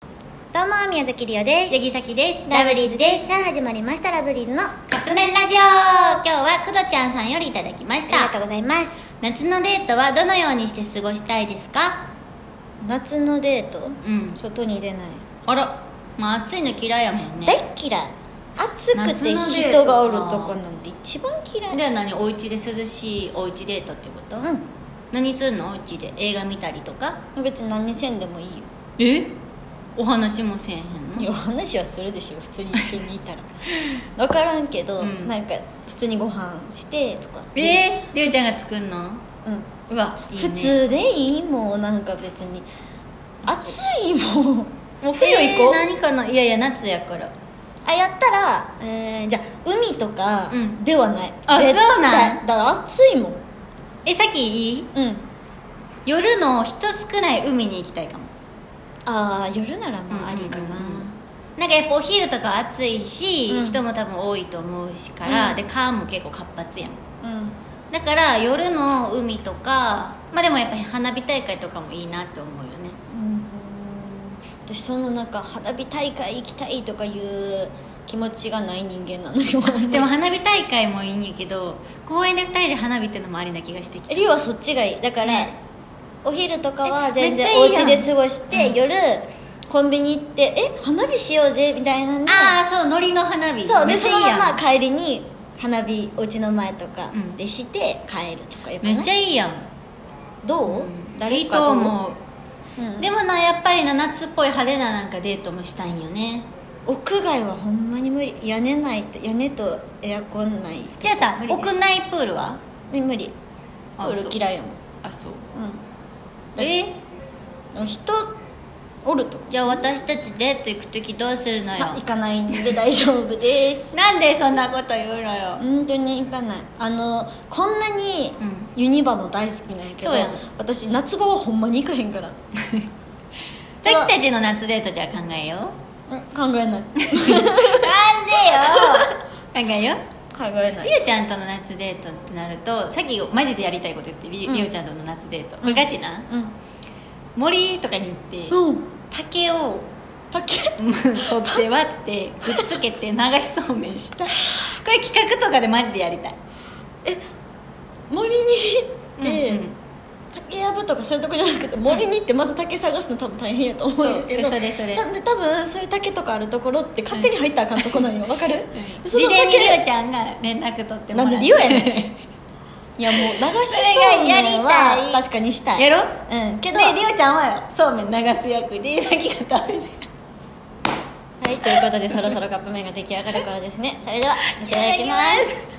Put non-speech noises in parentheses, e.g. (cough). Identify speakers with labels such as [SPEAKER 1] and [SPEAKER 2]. [SPEAKER 1] どうも宮崎りおです
[SPEAKER 2] ヤギサキです
[SPEAKER 1] ラブリーズですさあ始まりましたラブリーズの
[SPEAKER 2] カップ麺ラジオ今日はクロちゃんさんよりいただきま
[SPEAKER 1] あ
[SPEAKER 2] し
[SPEAKER 1] りが
[SPEAKER 2] た
[SPEAKER 1] とうございます
[SPEAKER 2] 夏のデートはどのようにして過ごしたいですか
[SPEAKER 1] 夏のデート
[SPEAKER 2] うん
[SPEAKER 1] 外に出ない
[SPEAKER 2] あらまあ暑いの嫌いやもんね
[SPEAKER 1] 大っ嫌い暑くて
[SPEAKER 2] 夏のデートか
[SPEAKER 1] 人がおるとこなんて一番嫌い
[SPEAKER 2] では何お家で涼しいお家デートってこと
[SPEAKER 1] う
[SPEAKER 2] 何すんのお家で映画見たりとか
[SPEAKER 1] ん別に何せんでもいいよ
[SPEAKER 2] えお話もせえへん
[SPEAKER 1] いや
[SPEAKER 2] の
[SPEAKER 1] 話はするでしょ普通に一緒にいた
[SPEAKER 2] (laughs)
[SPEAKER 1] ら分からんけど、
[SPEAKER 2] うん
[SPEAKER 1] なんか普通にご飯してとか
[SPEAKER 2] えー、りゅうちゃんが作んの
[SPEAKER 1] う
[SPEAKER 2] うわ
[SPEAKER 1] ん
[SPEAKER 2] いい、ね
[SPEAKER 1] 普通でいいもんなんか別に暑いもんもう冬
[SPEAKER 2] え
[SPEAKER 1] 行こう、
[SPEAKER 2] ー何かないやいや夏やから
[SPEAKER 1] あやったら、えーじゃあ海とか
[SPEAKER 2] うん
[SPEAKER 1] ではない、
[SPEAKER 2] あ
[SPEAKER 1] 絶対
[SPEAKER 2] そうなん
[SPEAKER 1] だから暑いもん
[SPEAKER 2] えさっきいい
[SPEAKER 1] うん
[SPEAKER 2] 夜の人少ない海に行きたいかも
[SPEAKER 1] ああ夜ならまあありかな、
[SPEAKER 2] うんうんうんなんかやっぱお昼とか暑いし、
[SPEAKER 1] うん
[SPEAKER 2] 人も多分多いと思うしから、
[SPEAKER 1] うん
[SPEAKER 2] で川も結構活発やん
[SPEAKER 1] うん
[SPEAKER 2] だから夜の海とかまあでもやっぱ花火大会とかもいいなって思うよね
[SPEAKER 1] うん私そのなんか花火大会行きたいとかいう気持ちがない人間なのよ
[SPEAKER 2] でも花火大会もいいんやけど公園で2人で花火ってのもありな気がしてきて
[SPEAKER 1] リオはそっちがいいだから、お昼とかは
[SPEAKER 2] え
[SPEAKER 1] 全
[SPEAKER 2] めっ
[SPEAKER 1] 然
[SPEAKER 2] ちゃい
[SPEAKER 1] お
[SPEAKER 2] いや
[SPEAKER 1] 家
[SPEAKER 2] ん
[SPEAKER 1] で過ごして、
[SPEAKER 2] うん
[SPEAKER 1] 夜コンビニ行ってえ花火しようぜみたいなんで
[SPEAKER 2] ああそうのりの花火
[SPEAKER 1] そう
[SPEAKER 2] め
[SPEAKER 1] で
[SPEAKER 2] っち
[SPEAKER 1] そ
[SPEAKER 2] ゃいい
[SPEAKER 1] の
[SPEAKER 2] やん
[SPEAKER 1] まま帰りに花火お家の前とか
[SPEAKER 2] うん
[SPEAKER 1] でして帰るとかよくな
[SPEAKER 2] め
[SPEAKER 1] い
[SPEAKER 2] っちゃいいやん
[SPEAKER 1] どう、
[SPEAKER 2] い
[SPEAKER 1] 誰
[SPEAKER 2] い
[SPEAKER 1] か
[SPEAKER 2] と
[SPEAKER 1] と
[SPEAKER 2] 思う、
[SPEAKER 1] う、うん
[SPEAKER 2] でもなやっぱりな夏っぽい派手ななんかデートもしたいんよね
[SPEAKER 1] 屋外はほんまに無理屋根ないと屋根とエアコンない
[SPEAKER 2] じゃあさ
[SPEAKER 1] 無
[SPEAKER 2] 屋
[SPEAKER 1] 理
[SPEAKER 2] 内
[SPEAKER 1] です
[SPEAKER 2] プールは
[SPEAKER 1] で無理プ
[SPEAKER 2] あ
[SPEAKER 1] ー
[SPEAKER 2] そう
[SPEAKER 1] ル嫌いやもん
[SPEAKER 2] あそう
[SPEAKER 1] う
[SPEAKER 2] え
[SPEAKER 1] んでも人おると
[SPEAKER 2] じゃあ私たちデート行く時どうするのよ
[SPEAKER 1] あ行かないんで大丈夫です
[SPEAKER 2] なんでそんなこと言うのよ
[SPEAKER 1] 本当に行かないあのこんなに
[SPEAKER 2] うん
[SPEAKER 1] ユニバも大好きなんやけど、
[SPEAKER 2] そうやん
[SPEAKER 1] 私夏場はほんまに行かへんからただ
[SPEAKER 2] 私たちの夏デートじゃあ考えよう
[SPEAKER 1] うん考えない
[SPEAKER 2] なんでよ考えよう
[SPEAKER 1] 考えない
[SPEAKER 2] りおちゃんとの夏デートってなるとさっきマジでやりたいこと言ってり,、
[SPEAKER 1] うん
[SPEAKER 2] りおちゃんとの夏デートこれガチな、
[SPEAKER 1] うん
[SPEAKER 2] 森とかに行って、
[SPEAKER 1] うん
[SPEAKER 2] 竹を
[SPEAKER 1] 竹 (laughs)
[SPEAKER 2] うん取って割ってくっつけて流しそうめ
[SPEAKER 1] (laughs)
[SPEAKER 2] んしたこれ企画とかでマジでやりたい、
[SPEAKER 1] 森に行って、
[SPEAKER 2] うんうん
[SPEAKER 1] 竹やぶとかそういうとこじゃなくて森に行ってまず竹探すの多分大変やと思うんですけど
[SPEAKER 2] そうそれそれ
[SPEAKER 1] たで多分そういう竹とかあるところって勝手に入ったらあかんとこなんよわかる、で
[SPEAKER 2] 事
[SPEAKER 1] その
[SPEAKER 2] 前にり
[SPEAKER 1] 竹
[SPEAKER 2] おちゃんが連絡取っても
[SPEAKER 1] な
[SPEAKER 2] らっ
[SPEAKER 1] んで
[SPEAKER 2] て
[SPEAKER 1] リオやねんいやもう流しそうめん
[SPEAKER 2] それがやり
[SPEAKER 1] は
[SPEAKER 2] たい
[SPEAKER 1] 確かにしたい
[SPEAKER 2] やろ
[SPEAKER 1] うんけど
[SPEAKER 2] でりおちゃんはそうめん流す役でさきが食べる
[SPEAKER 1] はいということでそろそろカップ麺が出来上がるからですねそれではいただきます